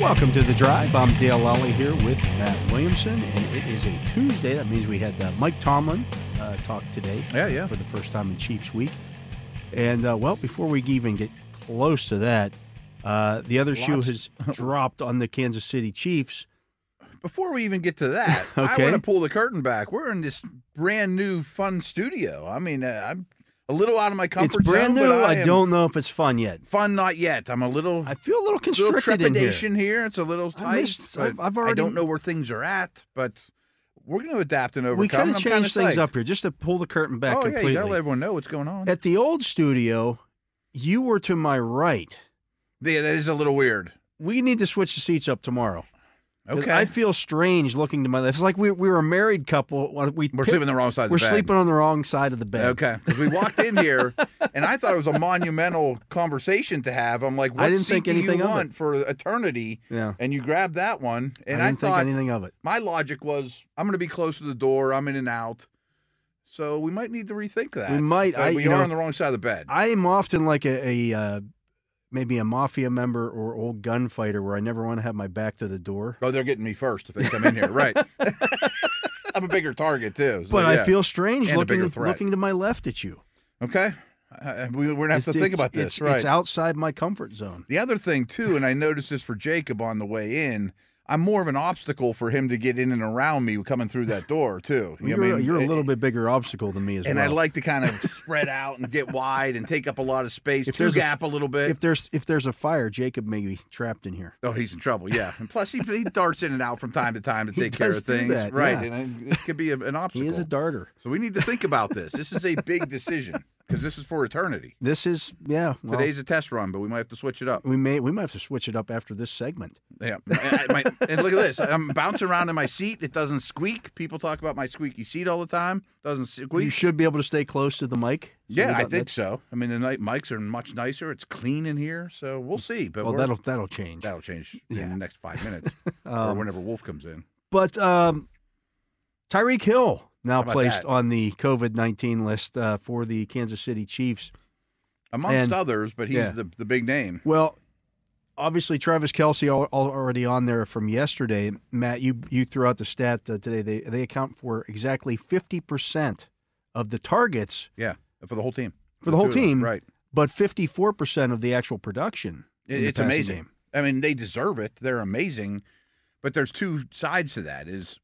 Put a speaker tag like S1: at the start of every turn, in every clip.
S1: Welcome to The Drive. I'm Dale Lally here with Matt Williamson, and it is a Tuesday. That means we had uh, Mike Tomlin uh, talk today.
S2: Yeah, yeah.
S1: For the first time in Chiefs Week. And, uh, well, before we even get close to that, uh, the other shoe
S2: Lots-
S1: has dropped on the Kansas City Chiefs.
S2: Before we even get to that,
S1: Okay.
S2: I want to pull the curtain back. We're in this brand new, fun studio. I mean, uh, I'm a little out of my comfort
S1: it's brand
S2: zone.
S1: new.
S2: But I,
S1: I
S2: am
S1: don't know if it's fun yet.
S2: fun not yet. I'm a little,
S1: I feel a little
S2: little
S1: constricted in here.
S2: trepidation here. It's a little
S1: I
S2: tight.
S1: missed-
S2: but
S1: I've- I've
S2: I
S1: already-
S2: don't know where things are at, but we're going to adapt and overcome.
S1: We kind of
S2: I'm kinda
S1: changed things
S2: psyched.
S1: up here just to pull the curtain back
S2: Oh yeah,
S1: completely.
S2: you got to let everyone know what's going on.
S1: At the old studio, you were to my right.
S2: yeah, that is a little weird.
S1: We need to switch the seats up tomorrow. 'Cause
S2: Okay,
S1: I feel strange looking to my left. It's like we, we were a married couple. We
S2: we're
S1: picked-
S2: sleeping the wrong side. of
S1: we're
S2: the bed.
S1: sleeping on the wrong side of the bed.
S2: Okay, 'Cause we walked in here, and I thought it was a monumental conversation to have. I'm like,
S1: I
S2: "What
S1: didn't
S2: seat
S1: think
S2: do
S1: anything
S2: you
S1: of it.
S2: want for eternity?"
S1: Yeah.
S2: And you grabbed that one, and
S1: I
S2: I,
S1: didn't think
S2: thought
S1: anything of it.
S2: My logic was, I'm going to be close to the door. I'm in and out, so we might need to rethink that.
S1: might.
S2: But
S1: I-
S2: we
S1: you
S2: are
S1: know-
S2: on the wrong side of the bed.
S1: I am often like a, a uh, maybe a mafia member or old gunfighter where I never want to have my back to the door.
S2: oh, they're getting me first if they come in here, right? I'm a bigger target too. so
S1: But
S2: yeah.
S1: I feel strange
S2: And a
S1: looking
S2: bigger threat.
S1: looking to my left at you.
S2: okay. I, I- we, we're gonna have to
S1: It's- it's-
S2: think about
S1: it's-
S2: this, right?
S1: It's outside my comfort zone.
S2: The other thing too, and I noticed this for Jacob on the way in, I'm more of an obstacle for him to get in and around me coming through that door too. You know
S1: You're,
S2: what I
S1: a-
S2: mean?
S1: you're a little
S2: And-
S1: bit bigger obstacle than me as
S2: And
S1: well.
S2: I like to kind of spread out and get wide and take up a lot of space,
S1: If
S2: two
S1: there's a-
S2: gap a, little bit.
S1: if there's if there's a fire, Jacob may be trapped in here.
S2: oh, he's in trouble. Yeah, and plus he, he darts in and out from time to time to
S1: He
S2: take care
S1: does
S2: of
S1: do
S2: things,
S1: that,
S2: right?
S1: yeah.
S2: And it, it could be a- an
S1: He
S2: obstacle.
S1: is a darter.
S2: so we need to think about this. This is a big decision because this is for eternity.
S1: This is yeah. well,
S2: Today's a test run, but we might have to switch it up.
S1: we may we might have to switch it up after this segment.
S2: Yeah, and, I- my- and look at this. I'm bouncing around in my seat. It doesn't squeak. People talk about my squeaky seat all the time. Doesn't
S1: you
S2: squeak.
S1: should be able to stay close to the mic. So
S2: yeah,
S1: that-
S2: I think
S1: that-
S2: so. I mean, the night mics are much nicer. It's clean in here, so we'll see. But
S1: Well,
S2: we're-
S1: that'll that'll change.
S2: that'll change
S1: Yeah.
S2: in the next five minutes, or
S1: Um,
S2: whenever Wolf comes in.
S1: but um, Tyreek Hill now
S2: How about
S1: placed
S2: that?
S1: on the COVID nineteen list uh, for the Kansas City Chiefs.
S2: Amongst
S1: and-
S2: others, but he's
S1: yeah.
S2: the, the big name.
S1: Well, obviously Travis Kelsey al- al- already on there from yesterday. Matt, you you threw out the stat uh, today. They they account for exactly fifty percent of the targets,
S2: Yeah, for the whole team.
S1: For the whole
S2: two of them,
S1: team.
S2: right?
S1: but fifty four percent of the actual production.
S2: It-
S1: in the
S2: it's
S1: passing
S2: amazing.
S1: game.
S2: I mean, they deserve it. They're amazing. But there's two sides to that is,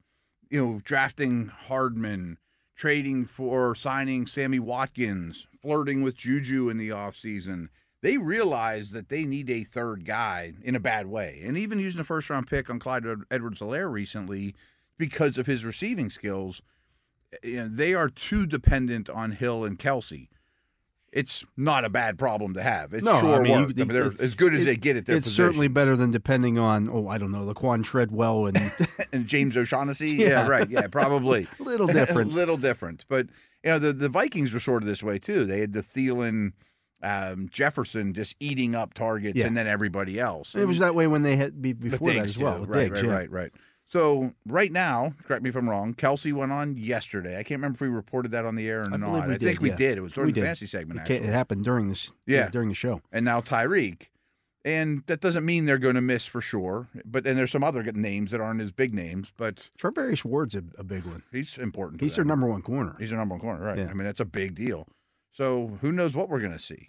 S2: you know, drafting Hardman, trading for signing Sammy Watkins, flirting with Juju in the offseason. They realize that they need a third guy in a bad way. And even using a first round pick on Clyde Edwards Alaire recently because of his receiving skills, eh, you know, they are too dependent on Hill and Kelsey. It's not a bad problem to have. It
S1: No, I
S2: sure
S1: mean, you-
S2: worked. I mean, they're
S1: it-
S2: as good as
S1: it-
S2: they get at their
S1: it's
S2: position.
S1: certainly better than depending on oh I don't know Laquan Treadwell and
S2: and James O'Shaughnessy.
S1: Yeah.
S2: Yeah, right. Yeah, probably.
S1: a little different.
S2: little different. But you know, the, the Vikings were sort of this way too. They had the Thielen um, Jefferson just eating up targets
S1: Yeah.
S2: and then everybody else.
S1: It was that way when they had be, before that
S2: Diggs,
S1: as well.
S2: too.
S1: with
S2: Right,
S1: Diggs,
S2: right,
S1: yeah.
S2: right, right. So right now, correct me if I'm wrong. Kelsey went on yesterday. I can't remember if we reported that on the air or
S1: I believe
S2: not.
S1: we
S2: I think
S1: did,
S2: we
S1: yeah.
S2: did. It was during
S1: We
S2: the
S1: did.
S2: fantasy segment.
S1: It, ca- it
S2: actually.
S1: happened during this.
S2: Yeah.
S1: during the show.
S2: and now Tyreek. And that doesn't mean they're going to miss for sure. But and there's some other good names that aren't as big names, but
S1: Trevarius Ward's a, a big one.
S2: he's important. to
S1: He's their
S2: them.
S1: number one corner.
S2: He's our number one corner, right?
S1: Yeah.
S2: I mean, that's a big deal. So who knows what we're going to see?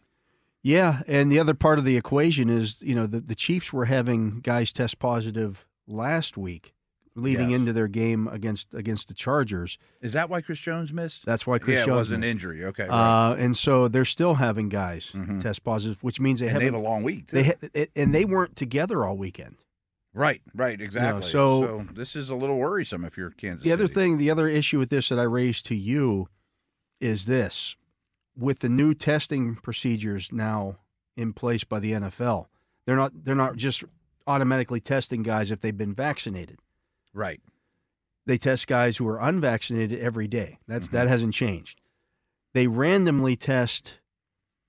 S1: Yeah, and the other part of the equation is you know the, the Chiefs were having guys test positive last week, leading
S2: Yes.
S1: into their game against against the Chargers.
S2: Is that why Chris Jones missed?
S1: That's why Chris
S2: yeah, it
S1: Jones
S2: was an
S1: missed.
S2: injury. Okay, right.
S1: Uh, and so they're still having guys
S2: Mhm.
S1: test positive, which means they
S2: and they have
S1: haven't.
S2: a long week. Too.
S1: They ha- it, and they weren't together all weekend.
S2: right, right, exactly.
S1: so-
S2: this is a little worrisome if you're Kansas.
S1: The other
S2: City.
S1: thing, the other issue with this that I raised to you is this with the new testing procedures now in place by the NFL, they're not they're not just automatically testing guys if they've been vaccinated.
S2: Right.
S1: They test guys who are unvaccinated every day.
S2: Mm-hmm.
S1: That's that hasn't changed. They randomly test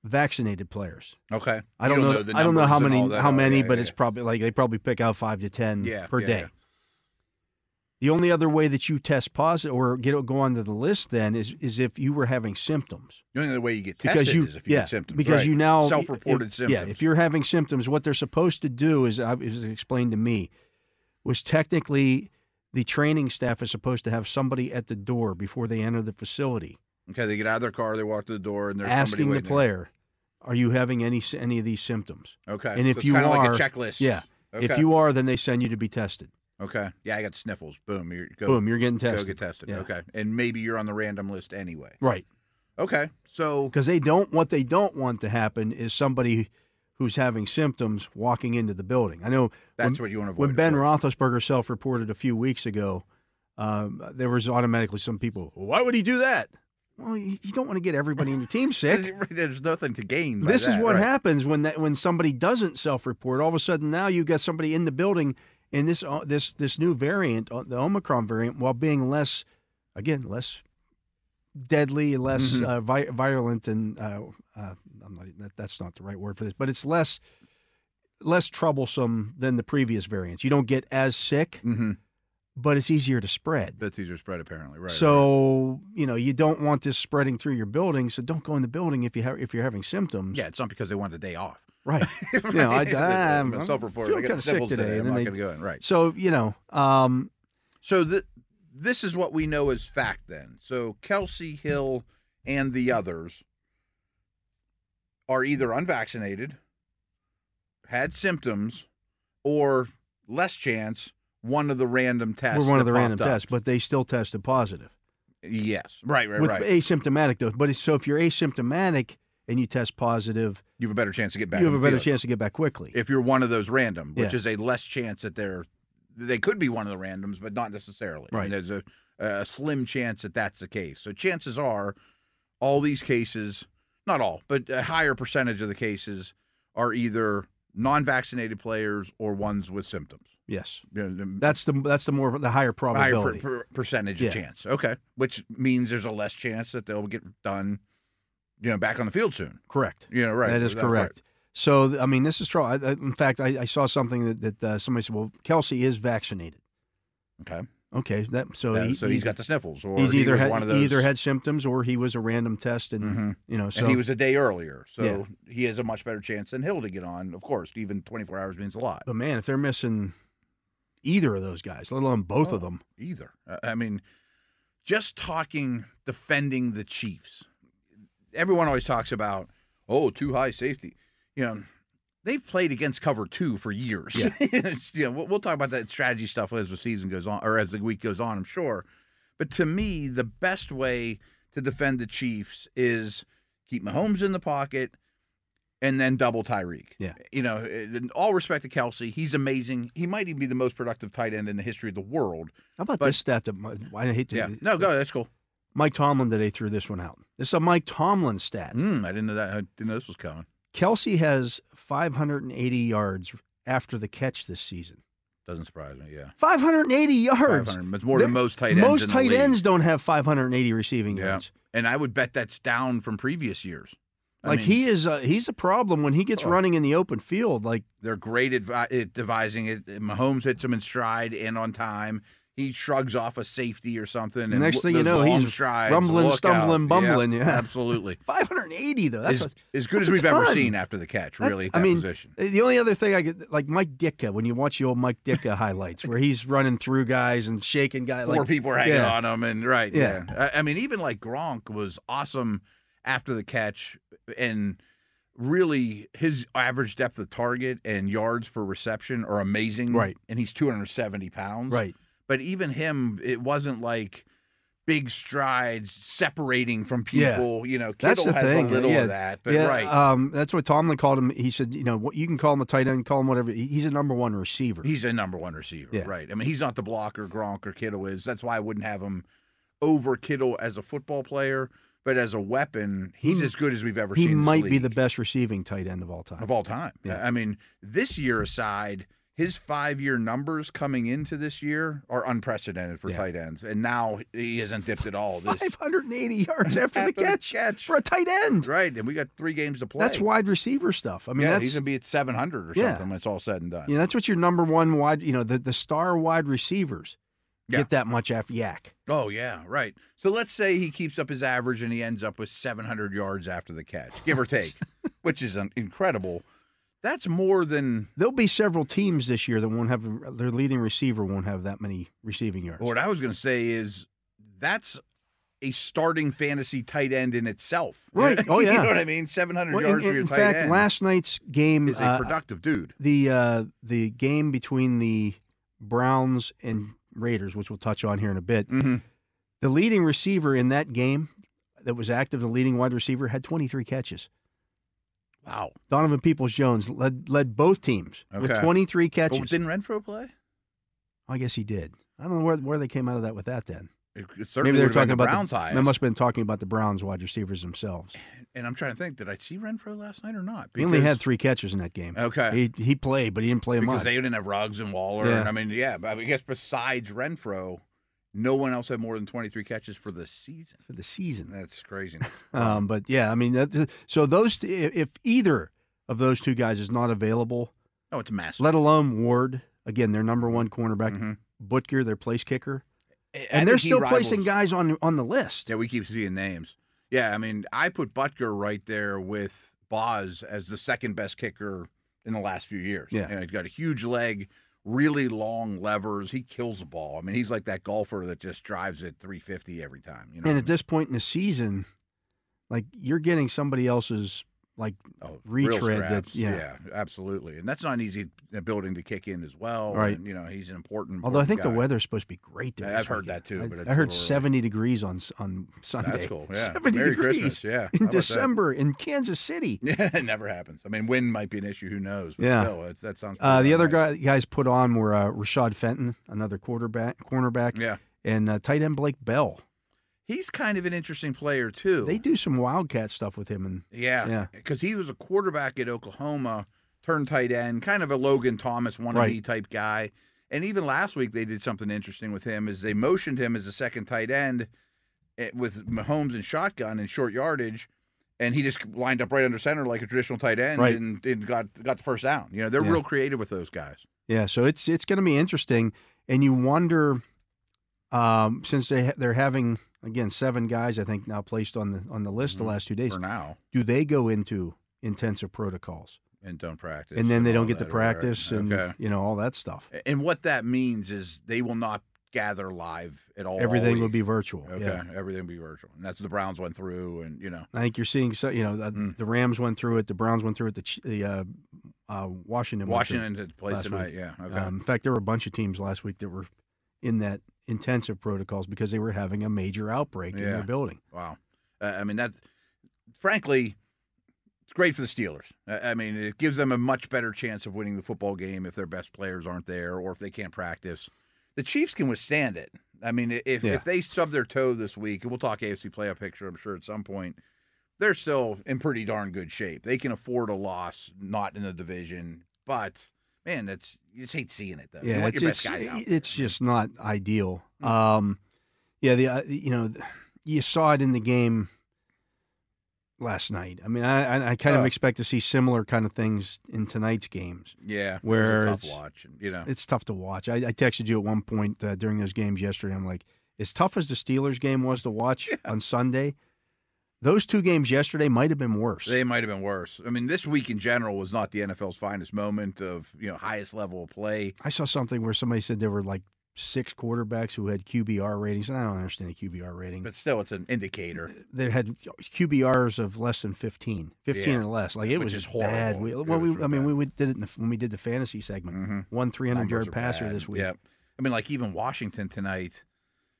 S1: vaccinated players.
S2: Okay.
S1: I
S2: You
S1: don't know.
S2: the
S1: I don't know
S2: numbers
S1: how
S2: and
S1: many
S2: all that.
S1: how
S2: Oh,
S1: many,
S2: yeah,
S1: but
S2: yeah,
S1: it's probably like they probably pick out five to ten
S2: Yeah,
S1: per
S2: yeah,
S1: day.
S2: yeah.
S1: The only other way that you test positive or get go onto the list then is is if you were having symptoms
S2: The only way you get
S1: because
S2: tested
S1: you
S2: is if you
S1: yeah
S2: get symptoms.
S1: because
S2: right.
S1: you now
S2: self-reported
S1: if-
S2: symptoms.
S1: Yeah, if you're having symptoms, what they're supposed to do is uh, is explained to me was technically the training staff is supposed to have somebody at the door before they enter the facility
S2: okay, they get out of their car, they walk to the door, and there's
S1: asking
S2: somebody
S1: the
S2: waiting
S1: player, "Are you having any s- any of these symptoms?"
S2: there. Okay,
S1: and if
S2: so it's
S1: you
S2: kind of like
S1: are-
S2: a checklist.
S1: Yeah.
S2: Okay.
S1: If you are, then they send you to be tested.
S2: okay, yeah, I got sniffles. Boom, you're go,
S1: Boom, you're getting
S2: go
S1: tested.
S2: get tested.
S1: Yeah.
S2: Okay, and maybe you're on the random list anyway.
S1: Right.
S2: Okay, so
S1: Because they don't what they don't want to happen is somebody who's having symptoms walking into the building. I know
S2: that's what you want to avoid.
S1: when
S2: of
S1: Ben
S2: course.
S1: Roethlisberger self-reported a few weeks ago, um, there was automatically some people. Why would he do that? Well, you, you don't want to get everybody in your team sick.
S2: there's nothing to gain. by
S1: this is
S2: that,
S1: what
S2: right.
S1: happens when that when somebody doesn't self-report. All of a sudden, now you've got somebody in the building, and this uh, this this new variant, uh, the Omicron variant, while being less, again, less deadly, less
S2: Mhm.
S1: uh, vi- violent, and uh, uh, I'm not that, that's not the right word for this, but it's less less troublesome than the previous variants. You don't get as sick,
S2: Mhm.
S1: but it's easier to spread.
S2: That's easier spread apparently. Right. right.
S1: so you know you don't want this spreading through your building. So don't go in the building if you have if you're having symptoms.
S2: yeah, it's not because they want a day off.
S1: Right. No, I- I'm- I'm
S2: self-reported.
S1: feeling
S2: I
S1: kinda
S2: got
S1: sick
S2: sniffles
S1: today,
S2: today.
S1: and
S2: I'm
S1: then
S2: not
S1: they-
S2: going to go in. Right.
S1: So you know, um,
S2: So th- this is what we know as fact then. So Kelsey Hill and the others are either unvaccinated, had symptoms, or less chance one of the random tests.
S1: we're one of
S2: that
S1: the random
S2: popped up.
S1: tests, but they still tested positive
S2: Yes. Right, right,
S1: with
S2: right.
S1: asymptomatic though. But it's, so if you're asymptomatic and you test positive,
S2: You have a better chance to get back.
S1: you have
S2: on
S1: a
S2: the
S1: better
S2: field
S1: chance to get back quickly.
S2: if you're one of those random, which
S1: Yeah.
S2: is a less chance that they're they could be one of the randoms, but not necessarily. I mean,
S1: Right.
S2: there's a, a slim chance that that's the case. So chances are, all these cases, not all, but a higher percentage of the cases are either non-vaccinated players or ones with symptoms.
S1: yes,
S2: You know, the
S1: that's the that's the more the higher
S2: higher per-
S1: probability.
S2: per- percentage
S1: Yeah.
S2: of chance. Okay, which means there's a less chance that they'll get done, you know, back on the field soon.
S1: correct.
S2: You know, right?
S1: That is
S2: Right.
S1: correct. So th- I mean, this is true. I, I, in fact, I, I saw something that, that uh, somebody said, "Well, Kelsey is vaccinated."
S2: Okay,
S1: Okay, that so,
S2: Uh,
S1: he,
S2: so he's got the sniffles, or
S1: he's
S2: he
S1: either
S2: was
S1: had
S2: one of
S1: he
S2: those.
S1: either had symptoms or he was a random test, and
S2: Mhm.
S1: you know, so
S2: and he was a day earlier, so
S1: Yeah.
S2: he has a much better chance than Hill to get on. Of course, even 24 hours means a lot.
S1: But man, if they're missing either of those guys, let alone both
S2: Oh.
S1: of them,
S2: Either, I- I mean, just talking defending the Chiefs. Everyone always talks about oh, too high safety. You know, they've played against cover two for years.
S1: Yeah.
S2: It's, you know, we'll, we'll talk about that strategy stuff as the season goes on, or as the week goes on. I'm sure. But to me, the best way to defend the Chiefs is keep Mahomes in the pocket and then double Tyreek.
S1: Yeah.
S2: You know, in all respect to Kelsey, he's amazing. He might even be the most productive tight end in the history of the world.
S1: how about
S2: But-
S1: this stat that Mi- I hate to
S2: Yeah. No, go. That's cool.
S1: Mike Tomlin today threw this one out. This is a Mike Tomlin stat.
S2: Mm, I didn't know that. I didn't know this was coming.
S1: Kelsey has 580 yards after the catch this season.
S2: Doesn't surprise me. Yeah.
S1: 580 yards.
S2: 500. It's more
S1: They're-
S2: than most tight ends.
S1: Most
S2: in the
S1: tight
S2: league.
S1: ends don't have 580 receiving
S2: Yeah.
S1: yards.
S2: And I would bet that's down from previous years. I
S1: Like
S2: mean,
S1: he is, a, he's a problem when he gets
S2: Oh.
S1: running in the open field. Like
S2: they're great at, vi- at devising it. Mahomes hits him in stride and on time. He shrugs off a safety or something. And
S1: Next
S2: lo-
S1: thing you
S2: those
S1: know,
S2: long
S1: he's
S2: strides,
S1: rumbling,
S2: look out.
S1: stumbling,
S2: Yeah,
S1: bumbling, yeah.
S2: absolutely.
S1: 580 though. That's
S2: as,
S1: a-
S2: as good
S1: that's
S2: as
S1: a
S2: we've ever
S1: ton.
S2: seen after the catch,
S1: That-
S2: really, at
S1: I
S2: that
S1: mean,
S2: position.
S1: The only other thing I get, like Mike Ditka, when you watch the old Mike Ditka highlights, where he's running through guys and shaking guys,
S2: Four
S1: like
S2: people are hanging
S1: yeah.
S2: on him, and right,
S1: Yeah.
S2: yeah. I, I mean, even like Gronk was awesome after the catch, and really his average depth of target and yards per reception are amazing.
S1: Right.
S2: and he's 270 pounds.
S1: right,
S2: but even him, it wasn't like big strides separating from
S1: Yeah.
S2: people. You know,
S1: That's
S2: Kittle
S1: the
S2: has
S1: thing,
S2: a little
S1: yeah.
S2: of that, but
S1: yeah,
S2: right,
S1: Um, that's what Tomlin called him. He said, you know, what you can call him a tight end, call him whatever. He- He's a number one receiver.
S2: He's a number one receiver,
S1: Yeah.
S2: right? I mean, he's not the blocker Gronk or Kittle is. That's why I wouldn't have him over Kittle as a football player, but as a weapon, he's
S1: He-
S2: as good as we've ever
S1: Hmm. he
S2: seen. in this
S1: might be the
S2: league
S1: best receiving tight end of all time.
S2: of all time.
S1: Yeah.
S2: I mean, this year aside, his five year numbers coming into this year are unprecedented for
S1: Yeah.
S2: tight ends. And now he isn't dipped at all this
S1: 580 yards after the
S2: after
S1: catch for a tight end.
S2: Right. And we got three games to play.
S1: That's wide receiver stuff. I mean,
S2: yeah,
S1: that's
S2: he's gonna be at seven hundred or
S1: Yeah.
S2: something when it's all said and done.
S1: you know, that's what your number one wide, you know, the, the star wide receivers
S2: Yeah.
S1: get that much af- yak.
S2: Oh yeah, right. So let's say he keeps up his average and he ends up with 700 yards after the catch, give or take, which is um, incredible. That's more than
S1: There'll be several teams this year that won't have their leading receiver won't have that many receiving yards.
S2: what I was going to say is that's a starting fantasy tight end in itself.
S1: Right. Oh,
S2: you
S1: yeah.
S2: know what I mean? 700
S1: Well, in-
S2: yards
S1: in
S2: for your
S1: in
S2: tight
S1: fact,
S2: end
S1: last night's game,
S2: is a
S1: uh,
S2: productive dude.
S1: the uh, the game between the Browns and Raiders, which we'll touch on here in a bit,
S2: Mm-hmm.
S1: the leading receiver in that game that was active, the leading wide receiver, had 23 catches.
S2: Wow.
S1: Donovan Peoples Jones led led both teams with
S2: Okay.
S1: 23
S2: But
S1: catches.
S2: didn't Renfro play?
S1: I guess he did. I don't know where, where they came out of that with that then.
S2: It, it certainly
S1: Maybe they were
S2: would've been
S1: talking about
S2: the Browns
S1: the,
S2: highest.
S1: They must have been talking about the Browns wide receivers themselves.
S2: And I'm trying to think, did I see Renfro last night or not?
S1: he only
S2: Because-
S1: had three catches in that game.
S2: Okay.
S1: He he played, but he didn't play
S2: Uh, because
S1: much.
S2: they didn't have Ruggs and Waller.
S1: Yeah.
S2: And I mean, yeah, but I guess besides Renfro, no one else had more than 23 catches for the season.
S1: for the season.
S2: That's crazy.
S1: Um, but yeah, I mean, that, so those t- if either of those two guys is not available,
S2: oh, it's massive.
S1: let alone Ward, again their number one cornerback,
S2: Mhm.
S1: Butker, their place kicker,
S2: I- I
S1: and they're
S2: think he
S1: still
S2: rivals-
S1: placing guys on on the list.
S2: Yeah, we keep seeing names. Yeah, I mean, I put Butker right there with Boz as the second best kicker in the last few years.
S1: Yeah.
S2: and he's got a huge leg, really long levers. He kills the ball. I mean, he's like that golfer that just drives it 350 every time. You know,
S1: and
S2: what
S1: at this point in the season, like you're getting somebody else's like
S2: I mean? oh, real
S1: retread that-
S2: scraps.
S1: yeah.
S2: absolutely. And that's not an easy uh, building to kick in as well.
S1: Right.
S2: and, you know, he's an important.
S1: although I think
S2: important
S1: the
S2: guy.
S1: weather's supposed to be great there.
S2: Yeah,
S1: this
S2: I've heard
S1: weekend.
S2: that too,
S1: I-
S2: but it's
S1: I,
S2: a
S1: heard
S2: little early.
S1: 70 degrees on s- on Sunday.
S2: That's cool. Yeah.
S1: 70
S2: Merry
S1: degrees
S2: Christmas. Yeah. How
S1: in
S2: about that?
S1: December in Kansas City.
S2: Yeah, it never happens. I mean, wind might be an issue. Who knows? But
S1: Yeah.
S2: still, it's, that sounds.
S1: Uh,
S2: pretty
S1: the other
S2: nice.
S1: guy, guys put on were uh, Rashad Fenton, another quarterback, cornerback,
S2: Yeah,
S1: and uh, tight end Blake Bell.
S2: he's kind of an interesting player too.
S1: They do some wildcat stuff with him, and Yeah.
S2: Yeah, because he was a quarterback at Oklahoma, turned tight end, kind of a Logan Thomas wannabe
S1: Right.
S2: type guy. And even last week they did something interesting with him is they motioned him as a second tight end eh, with Mahomes and shotgun and short yardage, and he just lined up right under center like a traditional tight end
S1: Right.
S2: and, and got got the first down. You know, they're
S1: Yeah.
S2: real creative with those guys.
S1: Yeah, so it's it's going to be interesting, and you wonder, um, since they ha- they're having again seven guys I think now placed on the on the list
S2: Mhm.
S1: the last two days,
S2: for now
S1: do they go into intensive protocols
S2: and don't practice.
S1: and then they
S2: all
S1: don't get to
S2: that, right?
S1: practice and
S2: Okay.
S1: you know all that stuff?
S2: And what that means is they will not gather live at all. all
S1: Everything will
S2: week.
S1: be virtual.
S2: okay.
S1: Yeah,
S2: Everything will be virtual, and that's what the Browns went through, and you know,
S1: I think you're seeing so you know the,
S2: Mm.
S1: the Rams went through it, the Browns went through it, the Ch- the uh, uh, Washington went through it.
S2: Washington had played
S1: last
S2: tonight. Yeah. Okay.
S1: Um, in fact, there were a bunch of teams last week that were in that intensive protocols because they were having a major outbreak in
S2: Yeah.
S1: their building.
S2: wow. Uh, I mean, that's frankly, it's great for the Steelers. Uh, I mean, it gives them a much better chance of winning the football game if their best players aren't there or if they can't practice. The Chiefs can withstand it. I mean, i- if
S1: Yeah.
S2: if they stub their toe this week, and we'll talk AFC playoff picture, I'm sure at some point. They're still in pretty darn good shape. They can afford a loss, not in the division, but man, that's you just hate seeing it though. you
S1: Yeah,
S2: want
S1: it's,
S2: your best
S1: it's-
S2: guys out. there.
S1: it's just not ideal.
S2: Mm.
S1: Um, yeah, the uh, you know, you saw it in the game last night. I mean, I I- I kind of
S2: Oh.
S1: expect to see similar kind of things in tonight's games.
S2: yeah, it was a
S1: where
S2: tough
S1: it's-
S2: watch, and, you know,
S1: It's tough to watch. I, I texted you at one point uh, during those games yesterday. I'm like, as tough as the Steelers game was to watch on Sunday, those two games yesterday might have been worse.
S2: They might have been worse. I mean, this week in general was not the NFL's finest moment of you know highest level of play.
S1: I saw something where somebody said there were like six quarterbacks who had QBR ratings, and I don't understand a QBR rating.
S2: But still, it's an indicator.
S1: that had QBRs of less than 15, 15
S2: Yeah.
S1: or less. Like it
S2: Which
S1: was
S2: is
S1: just bad.
S2: horrible.
S1: We,
S2: It
S1: well,
S2: was
S1: we,
S2: really
S1: I mean,
S2: bad.
S1: we, we did it in the, when we did the fantasy segment.
S2: Mm-hmm.
S1: One 300 yard passer this week.
S2: Yeah, I mean, like even Washington tonight,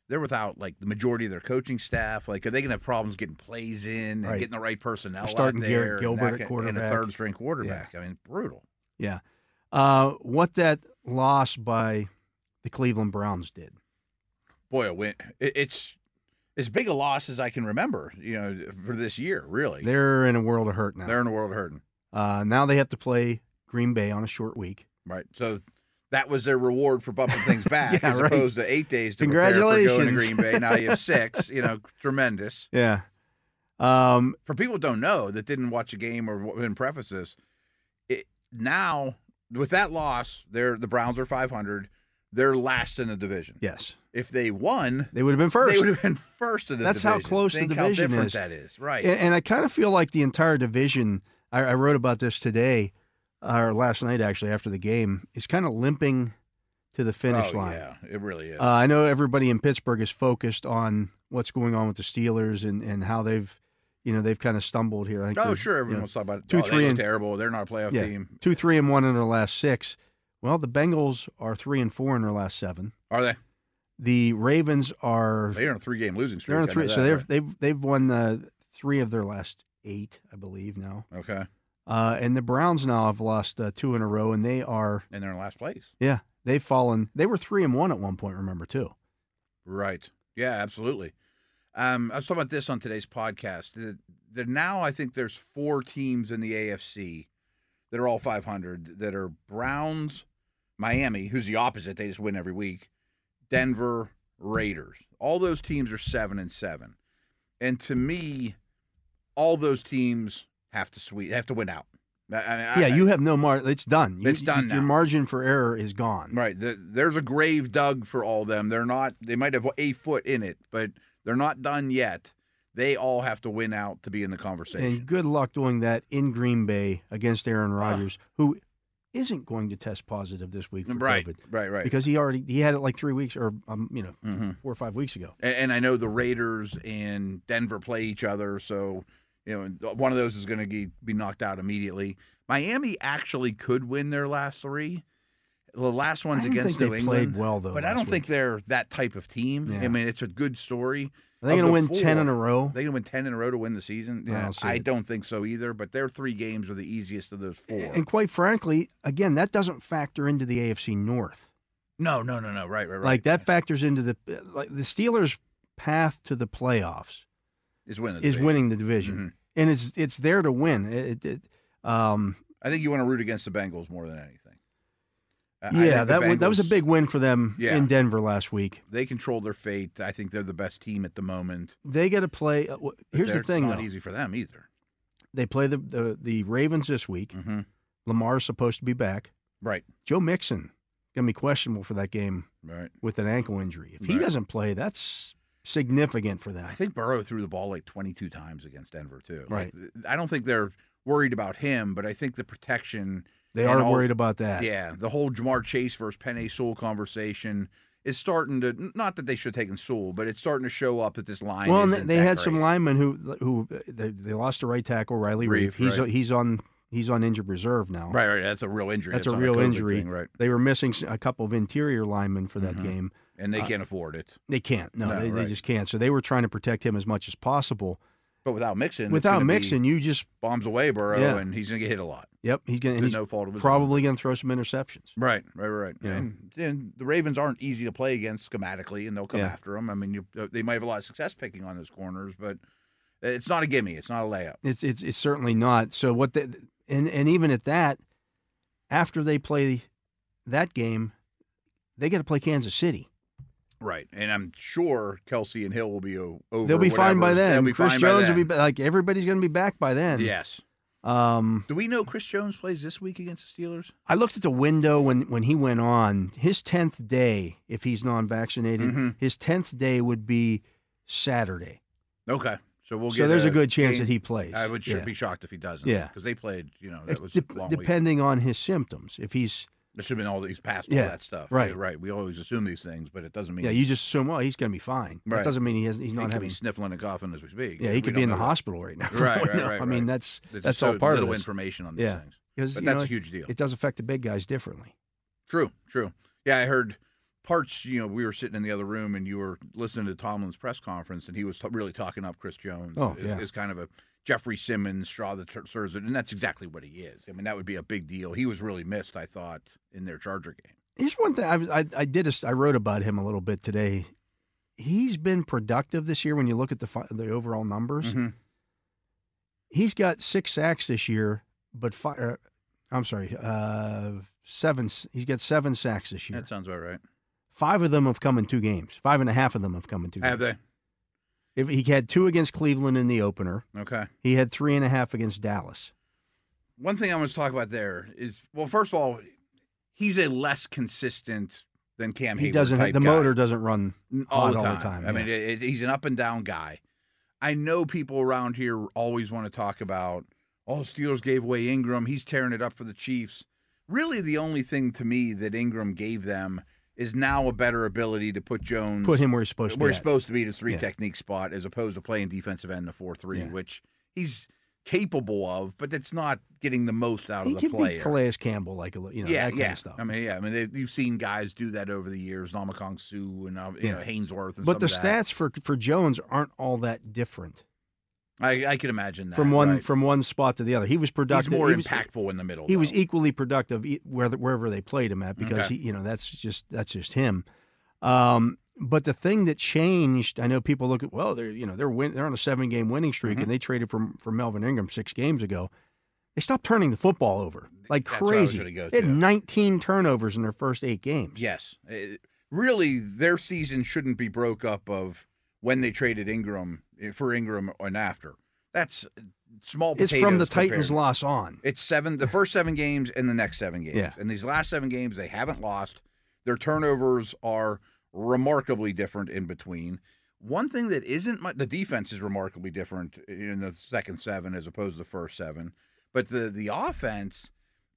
S2: they're without like the majority of their coaching staff. Like, are they going to have problems getting plays in and
S1: Right.
S2: getting the right personnel?
S1: They're starting
S2: out
S1: Garrett
S2: there and
S1: Gilbert
S2: that
S1: at
S2: can- and
S1: quarterback.
S2: a third string quarterback. I mean, brutal.
S1: Uh, what that loss by the Cleveland Browns did.
S2: Boy, it went. It, it's as big a loss as I can remember. You know, for this year, really.
S1: They're in a world of hurt now.
S2: They're in the world of hurting.
S1: Uh, now they have to play Green Bay on a short week.
S2: Right. So that was their reward for bumping things back,
S1: Yeah,
S2: as
S1: right.
S2: opposed to eight days to prepare for going to
S1: Congratulations.
S2: Green Bay. Now you have six. You know, tremendous.
S1: Yeah. Um,
S2: for people who don't know that didn't watch a game or didn't preface this, it, now with that loss, they're the Browns are 500. They're last in the division.
S1: yes.
S2: If they won,
S1: They would have been first.
S2: they would have been first in the
S1: That's how
S2: division.
S1: close the
S2: Think
S1: division
S2: how different
S1: is.
S2: that is, right?
S1: And, and I kind of feel like the entire division. I, I wrote about this today, uh, or last night actually, after the game, is kind of limping to the finish
S2: oh,
S1: line.
S2: Yeah, it really is.
S1: Uh, I know everybody in Pittsburgh is focused on what's going on with the Steelers and, and how they've, you know, they've kind of stumbled here. I think
S2: oh,
S1: they're,
S2: sure,
S1: you
S2: everyone
S1: know,
S2: was talking about it.
S1: two,
S2: oh, they
S1: three,
S2: look
S1: and-
S2: terrible. They're not a playoff
S1: Yeah.
S2: team,
S1: two, three, and one in their last six. Well, the Bengals are three and four in their last seven.
S2: are they?
S1: The Ravens are
S2: They're on a three-game losing streak.
S1: they're on
S2: I know
S1: three, so
S2: that,
S1: they've
S2: right?
S1: they've they've won uh, three of their last eight, I believe now.
S2: okay,
S1: Uh, and the Browns now have lost uh, two in a row, and they are
S2: and they're in last place.
S1: yeah they've fallen. They were three and one at one point. Remember too.
S2: Right. Yeah, absolutely. Um, I was talking about this on today's podcast. The, the, now I think there's four teams in the AFC that are all 500 that are Browns, Miami, who's the opposite. They just win every week. Denver, Raiders. All those teams are 7 and 7. And to me, all those teams have to sweep, have to win out. I, I mean, I-
S1: yeah, you have no mar. It's done. You-
S2: It's done
S1: Your
S2: now.
S1: margin for error is gone.
S2: Right. The, there's a grave dug for all of them. They're not, they might have a foot in it, but they're not done yet. They all have to win out to be in the
S1: And
S2: conversation.
S1: good luck doing that in Green Bay against Aaron Rodgers, who isn't going to test positive this week for
S2: right,
S1: COVID
S2: right. Right.
S1: because he already he had it like three weeks or um, you know
S2: Mhm.
S1: four or five weeks ago.
S2: And, and I know the Raiders and Denver play each other. So, you know, one of those is going to be knocked out immediately. Miami actually could win their last three. The last one's
S1: I don't
S2: against
S1: think
S2: New
S1: they
S2: England.
S1: played well though.
S2: but I
S1: last
S2: don't think
S1: week.
S2: they're that type of team.
S1: Yeah.
S2: I mean, it's a good story.
S1: are they going
S2: of
S1: to
S2: the
S1: win ten
S2: four,
S1: in a row.
S2: They can win ten in a row to win the season.
S1: I
S2: Yeah,
S1: don't see
S2: I
S1: it.
S2: don't think so either. But their three games are the easiest of those four.
S1: And quite frankly, again, that doesn't factor into the AFC North.
S2: no, no, no, no. Right, right, right.
S1: Like that factors into the like the Steelers' path to the playoffs
S2: is winning.
S1: is winning the division,
S2: Mm-hmm.
S1: and it's it's there to win. It, it, it, um,
S2: I think you want to root against the Bengals more than anything. I-
S1: yeah,
S2: I think the
S1: that was, that was a
S2: Bengals,
S1: big win for them
S2: Yeah.
S1: in Denver last week.
S2: They control their fate. I think they're the best team at the moment.
S1: They got to play. uh, wh-
S2: but
S1: Here's
S2: they're-
S1: the thing,
S2: it's not
S1: though.
S2: easy for them either.
S1: They play the, the the Ravens this week.
S2: hmm
S1: Lamar's supposed to be back.
S2: Right,
S1: Joe Mixon gonna be questionable for that game
S2: right.
S1: with an ankle injury. If he
S2: Right.
S1: doesn't play, that's significant for them.
S2: I think Burrow threw the ball like 22 times against Denver too. Like,
S1: Right.
S2: th- I don't think they're worried about him, but I think the protection
S1: They
S2: and
S1: are
S2: all-
S1: worried about that.
S2: Yeah, the whole Jamar Chase versus Penny Sewell conversation is starting to n- not that they should have taken Sewell, but it's starting to show up that this line.
S1: Well, and
S2: isn't
S1: they
S2: that
S1: had some
S2: great.
S1: linemen who who they, they lost a right tackle, Riley Reeve.
S2: Reeve,
S1: He's
S2: right.
S1: he's on he's on injured reserve now.
S2: Right, right. That's a real injury.
S1: That's a
S2: not
S1: real
S2: COVID
S1: injury.
S2: thing, right?
S1: They were missing s- a couple of interior linemen for that
S2: Mhm.
S1: game.
S2: And they
S1: Uh,
S2: can't afford it.
S1: They can't. No,
S2: No,
S1: they, they
S2: right.
S1: just can't. So they were trying to protect him as much as possible.
S2: But without Mixon, it's
S1: Without
S2: gonna be
S1: Mixon, you just
S2: bombs away Burrow,
S1: Yeah.
S2: and he's going to get hit a lot.
S1: yep. He's gonna and
S2: to
S1: he's
S2: no fault of his own.
S1: probably gonna throw some interceptions.
S2: Right, right, right.
S1: Yeah.
S2: And, and the Ravens aren't easy to play against schematically, and they'll come
S1: Yeah.
S2: after them. I mean, you, uh, they might have a lot of success picking on those corners, but it's not a gimme. It's not a layup.
S1: It's it's it's certainly not. So what the and and even at that, after they play that game, they got to play Kansas City.
S2: Right, and I'm sure Kelsey and Hill will be o- over.
S1: They'll be fine by
S2: whatever.
S1: then.
S2: They'll be
S1: Chris
S2: fine
S1: Jones
S2: by then.
S1: will be ba- like everybody's going to be back by then.
S2: Yes.
S1: Um,
S2: Do we know Chris Jones plays this week against the Steelers?
S1: I looked at the window when when he went on his tenth day. If he's non-vaccinated,
S2: Mhm.
S1: his tenth day would be Saturday.
S2: Okay, so we'll.
S1: so
S2: get
S1: there's a, good chance
S2: game-
S1: that he plays.
S2: I would sure
S1: Yeah.
S2: be shocked if he doesn't.
S1: Yeah.
S2: because they played. You know, that was
S1: Dep-
S2: a long week.
S1: depending on his symptoms. If he's
S2: It should have been all that he's passed
S1: Yeah,
S2: all that stuff.
S1: right.
S2: Yeah, right. We always assume these things, but it doesn't mean
S1: yeah, you just assume well he's going to be fine. That
S2: Right.
S1: doesn't mean he has, he's
S2: he
S1: not
S2: could
S1: having.
S2: be sniffling and coughing as we speak.
S1: Yeah, he
S2: We
S1: could
S2: don't
S1: be in the
S2: know that.
S1: hospital right now.
S2: Right,
S1: No,
S2: right, right,
S1: I mean
S2: right.
S1: that's
S2: There's
S1: that's
S2: so
S1: all part of
S2: little
S1: this.
S2: information on these
S1: Yeah.
S2: things,
S1: 'Cause,
S2: but
S1: you
S2: that's
S1: know,
S2: a huge deal.
S1: it does affect the big guys differently.
S2: True, true. Yeah, I heard parts. You know, we were sitting in the other room, and you were listening to Tomlin's press conference, and he was t- really talking up Chris Jones.
S1: Oh,
S2: as,
S1: yeah.
S2: as kind of a Jeffrey Simmons straw that tur- serves it, and that's exactly what he is. I mean, that would be a big deal. He was really missed, I thought, in their Charger game.
S1: Here's one thing I, was- I, I did. A, st- I wrote about him a little bit today. He's been productive this year when you look at the fi- the overall
S2: Mm-hmm.
S1: numbers. He's got six sacks this year, but fi- uh, I'm sorry, uh, seven. s- He's got seven sacks this year.
S2: That sounds about right.
S1: Five of them have come in two games. Five and a half of them have come in two
S2: Have
S1: games.
S2: they?
S1: If he had two against Cleveland in the opener.
S2: Okay.
S1: He had three and a half against Dallas.
S2: One thing I want to talk about there is well, first of all, he's a less consistent than Cam
S1: He
S2: Hayward
S1: doesn't.
S2: type
S1: The
S2: guy.
S1: motor doesn't run.
S2: N-
S1: hot all the time,
S2: I mean, it, it- he's an up and down guy. I know people around here always want to talk about, oh, Steelers gave away Ingram. He's tearing it up for the Chiefs. Really, the only thing to me that Ingram gave them is now a better ability to put Jones
S1: Put him where he's supposed to.
S2: where
S1: be
S2: he's
S1: at.
S2: supposed to be in a three
S1: Yeah.
S2: technique spot as opposed to playing defensive end in a four three,
S1: Yeah.
S2: which he's capable of, but that's not getting the most out
S1: He
S2: of the
S1: can
S2: player.
S1: beat Calais Campbell like a li- you know that kind
S2: yeah.
S1: of stuff.
S2: I mean, yeah, I mean, they, you've seen guys do that over the years, Namakong Sue and um, you
S1: Yeah.
S2: know Hainsworth. And
S1: but the
S2: stuff like that.
S1: stats for for Jones aren't all that different
S2: I, I can imagine that
S1: from one
S2: right.
S1: from one spot to the other. He was productive.
S2: he's more
S1: he was, e
S2: impactful in the middle.
S1: He was
S2: though.
S1: equally productive e- whether wherever they played him at because
S2: Okay.
S1: he you know that's just that's just him. Um, but the thing that changed, I know people look at well they're you know they're win, they're on a seven game winning streak
S2: Mhm.
S1: and they traded for for Melvin Ingram six games ago. They stopped turning the football over like
S2: That's where I was
S1: crazy.
S2: gonna go
S1: They had
S2: to.
S1: 19 turnovers in their first eight games.
S2: Yes. It- really, their season shouldn't be broke up of when they traded Ingram eh, for Ingram and after. That's uh, small
S1: it's
S2: potatoes.
S1: from the Titans'
S2: compared-
S1: loss on.
S2: It's seven, the first seven games and the next seven games.
S1: Yeah.
S2: And these last seven games, they haven't lost. Their turnovers are remarkably different in between. One thing that isn't mu the defense is remarkably different in the second seven as opposed to the first seven. But the the offense,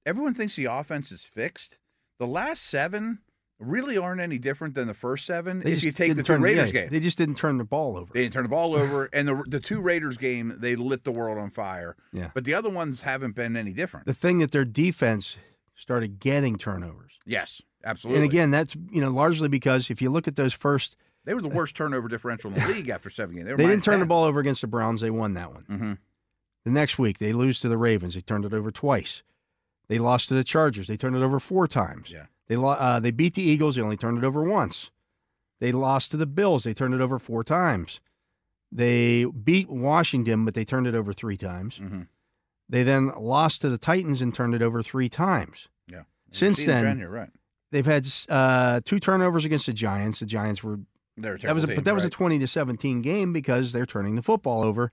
S2: everyone thinks the offense is fixed. The last seven really aren't any different than the first seven.
S1: They
S2: if
S1: just
S2: you take the
S1: didn't
S2: two
S1: turn the-
S2: Raiders
S1: yeah,
S2: game,
S1: They just didn't turn the ball over.
S2: they didn't turn the ball over, and the the two Raiders game they lit the world on fire.
S1: Yeah.
S2: But the other ones haven't been any different.
S1: the thing that their defense started getting turnovers.
S2: Yes, absolutely.
S1: And again, that's you know largely because if you look at those first,
S2: they were the worst turnover differential in the league after seven games. They, were
S1: uh, they didn't
S2: minus
S1: turn the
S2: 10.
S1: ball over against the Browns. They won that one.
S2: Mhm.
S1: The next week they lose to the Ravens. They turned it over twice. They lost to the Chargers. They turned it over four times.
S2: Yeah.
S1: They lo- uh, they beat the Eagles. They only turned it over once. They lost to the Bills. They turned it over four times. They beat Washington, but they turned it over three times.
S2: Mhm.
S1: They then lost to the Titans and turned it over three times.
S2: Yeah. You
S1: Since
S2: see the
S1: then-
S2: trend here, right?
S1: They've had uh, two turnovers against the Giants. The Giants were
S2: They're a
S1: that was a,
S2: terrible
S1: but
S2: team,
S1: that was a
S2: right?
S1: twenty to seventeen game because they're turning the football over.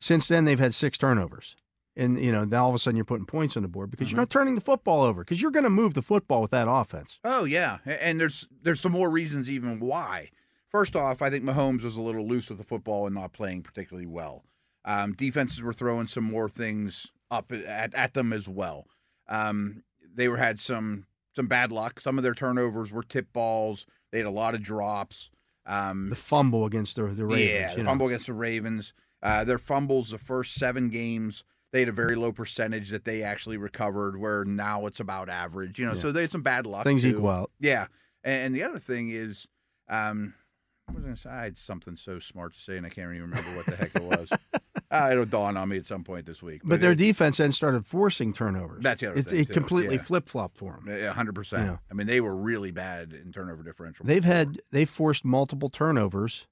S1: Since then, they've had six turnovers, and you know now all of a sudden you're putting points on the board because you're
S2: Mm-hmm.
S1: not turning the football over because you're going to move the football with that offense.
S2: Oh yeah, A- and there's there's some more reasons even why. First off, I think Mahomes was a little loose with the football and not playing particularly well. Um, defenses were throwing some more things up at, at them as well. Um, they were had some some bad luck. Some of their turnovers were tip balls. They had a lot of drops. Um,
S1: The fumble against the the Ravens,
S2: Yeah, the
S1: you know.
S2: fumble against the Ravens. Uh, their fumbles the first seven games. They had a very low percentage that they actually recovered, where now it's about average. You know,
S1: Yeah.
S2: so they had some bad luck.
S1: things
S2: too.
S1: equal out.
S2: Yeah, and, and the other thing is, um, what was I gonna say? I had something so smart to say, and I can't even remember what the heck it was. uh, it'll dawn on me at some point this week.
S1: But their
S2: it-
S1: defense then started forcing turnovers.
S2: That's the other
S1: it,
S2: thing,
S1: it
S2: too.
S1: completely
S2: Yeah.
S1: flip flopped for them.
S2: a hundred
S1: Yeah.
S2: percent. I mean, they were really bad in turnover differential.
S1: They've
S2: before.
S1: had they forced multiple turnovers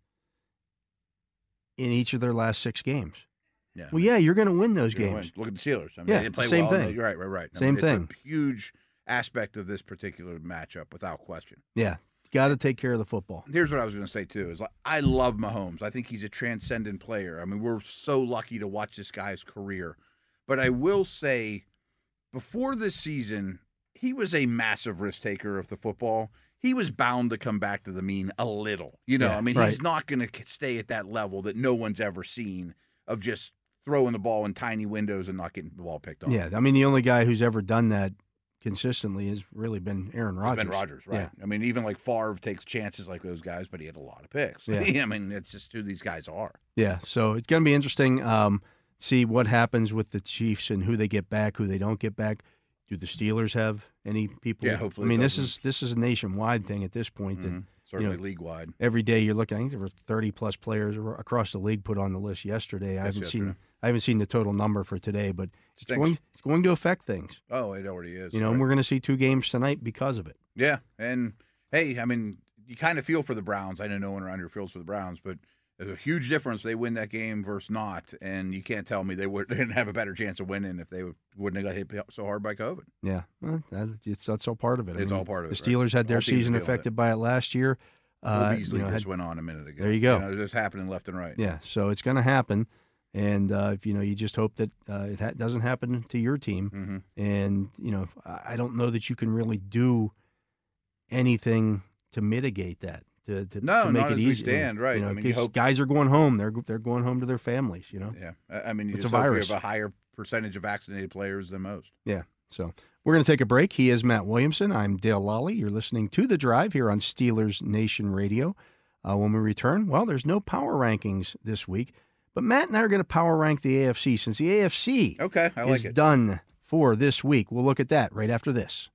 S1: in each of their last six games.
S2: yeah.
S1: Well, yeah, you're going to win those
S2: You're gonna
S1: games.
S2: win. Look at the Steelers. I mean,
S1: Yeah,
S2: they didn't play
S1: same
S2: well.
S1: thing.
S2: They, right, right, right. I
S1: Same
S2: mean, it's a
S1: thing.
S2: huge aspect of this particular matchup, without question.
S1: Yeah, got to take care of the football.
S2: Here's what I was going to say too: is like, I love Mahomes. I think he's a transcendent player. I mean, we're so lucky to watch this guy's career. But I will say, before this season, he was a massive risk taker of the football. He was bound to come back to the mean a little. You know,
S1: Yeah,
S2: I mean,
S1: right.
S2: he's not going to stay at that level that no one's ever seen of just throwing the ball in tiny windows and not getting the ball picked off.
S1: Yeah, I mean the only guy who's ever done that consistently has really been Aaron Rodgers.
S2: It's Ben Rodgers, right? I mean, even like Favre takes chances like those guys, but he had a lot of picks.
S1: Yeah.
S2: I mean, that's just who these guys are.
S1: Yeah, yeah. So it's going to be interesting. Um, see what happens with the Chiefs and who they get back, who they don't get back. Do the Steelers have any people?
S2: Yeah,
S1: I
S2: hopefully it
S1: mean, this
S2: doesn't.
S1: is this is a nationwide thing at this point. That
S2: Mhm. Certainly league wide.
S1: every day you're looking. I think there were 30 plus players ar- across the league put on the list yesterday. I
S2: Yes,
S1: haven't seen
S2: yesterday.
S1: I haven't seen the total number for today, but it's
S2: Stinks.
S1: going it's going to affect things.
S2: Oh, it already is.
S1: You know,
S2: right.
S1: and we're going to see two games tonight because of it.
S2: yeah. And hey, I mean, you kind of feel for the Browns. I know no one around here feels for the Browns, but There's a huge difference. They win that game versus not, and you can't tell me they would they didn't have a better chance of winning if they wouldn't have got hit so hard by COVID.
S1: Yeah, well, that, it's, that's all part of it. I
S2: It's
S1: mean,
S2: all part of
S1: the
S2: it, right?
S1: Steelers had their
S2: All teams
S1: season
S2: deal with it.
S1: affected by it last year.
S2: Will
S1: Uh,
S2: Beasley
S1: you know,
S2: just
S1: had-
S2: went on a minute ago.
S1: There you go.
S2: know, just happening left and right.
S1: yeah, so it's going to happen, and uh, you know you just hope that uh, it ha- doesn't happen to your team.
S2: hmm
S1: And you know I I don't know that you can really do anything to mitigate that to to,
S2: No,
S1: to make
S2: not
S1: it
S2: as we
S1: easy.
S2: stand, right.
S1: You know,
S2: I mean, you
S1: 'cause
S2: hope-
S1: guys are going home. They're they're going home to their families. You know.
S2: Yeah. I, I mean, you
S1: It's
S2: just
S1: a
S2: hope
S1: virus.
S2: you have a higher percentage of vaccinated players than most.
S1: So we're going to take a break. He is Matt Williamson. I'm Dale Lally. You're listening to The Drive here on Steelers Nation Radio. Uh, when we return, well, there's no power rankings this week, but Matt and I are going to power rank the AFC since the AFC
S2: Okay, Oh, I
S1: is
S2: like it.
S1: done for this week. We'll look at that right after this.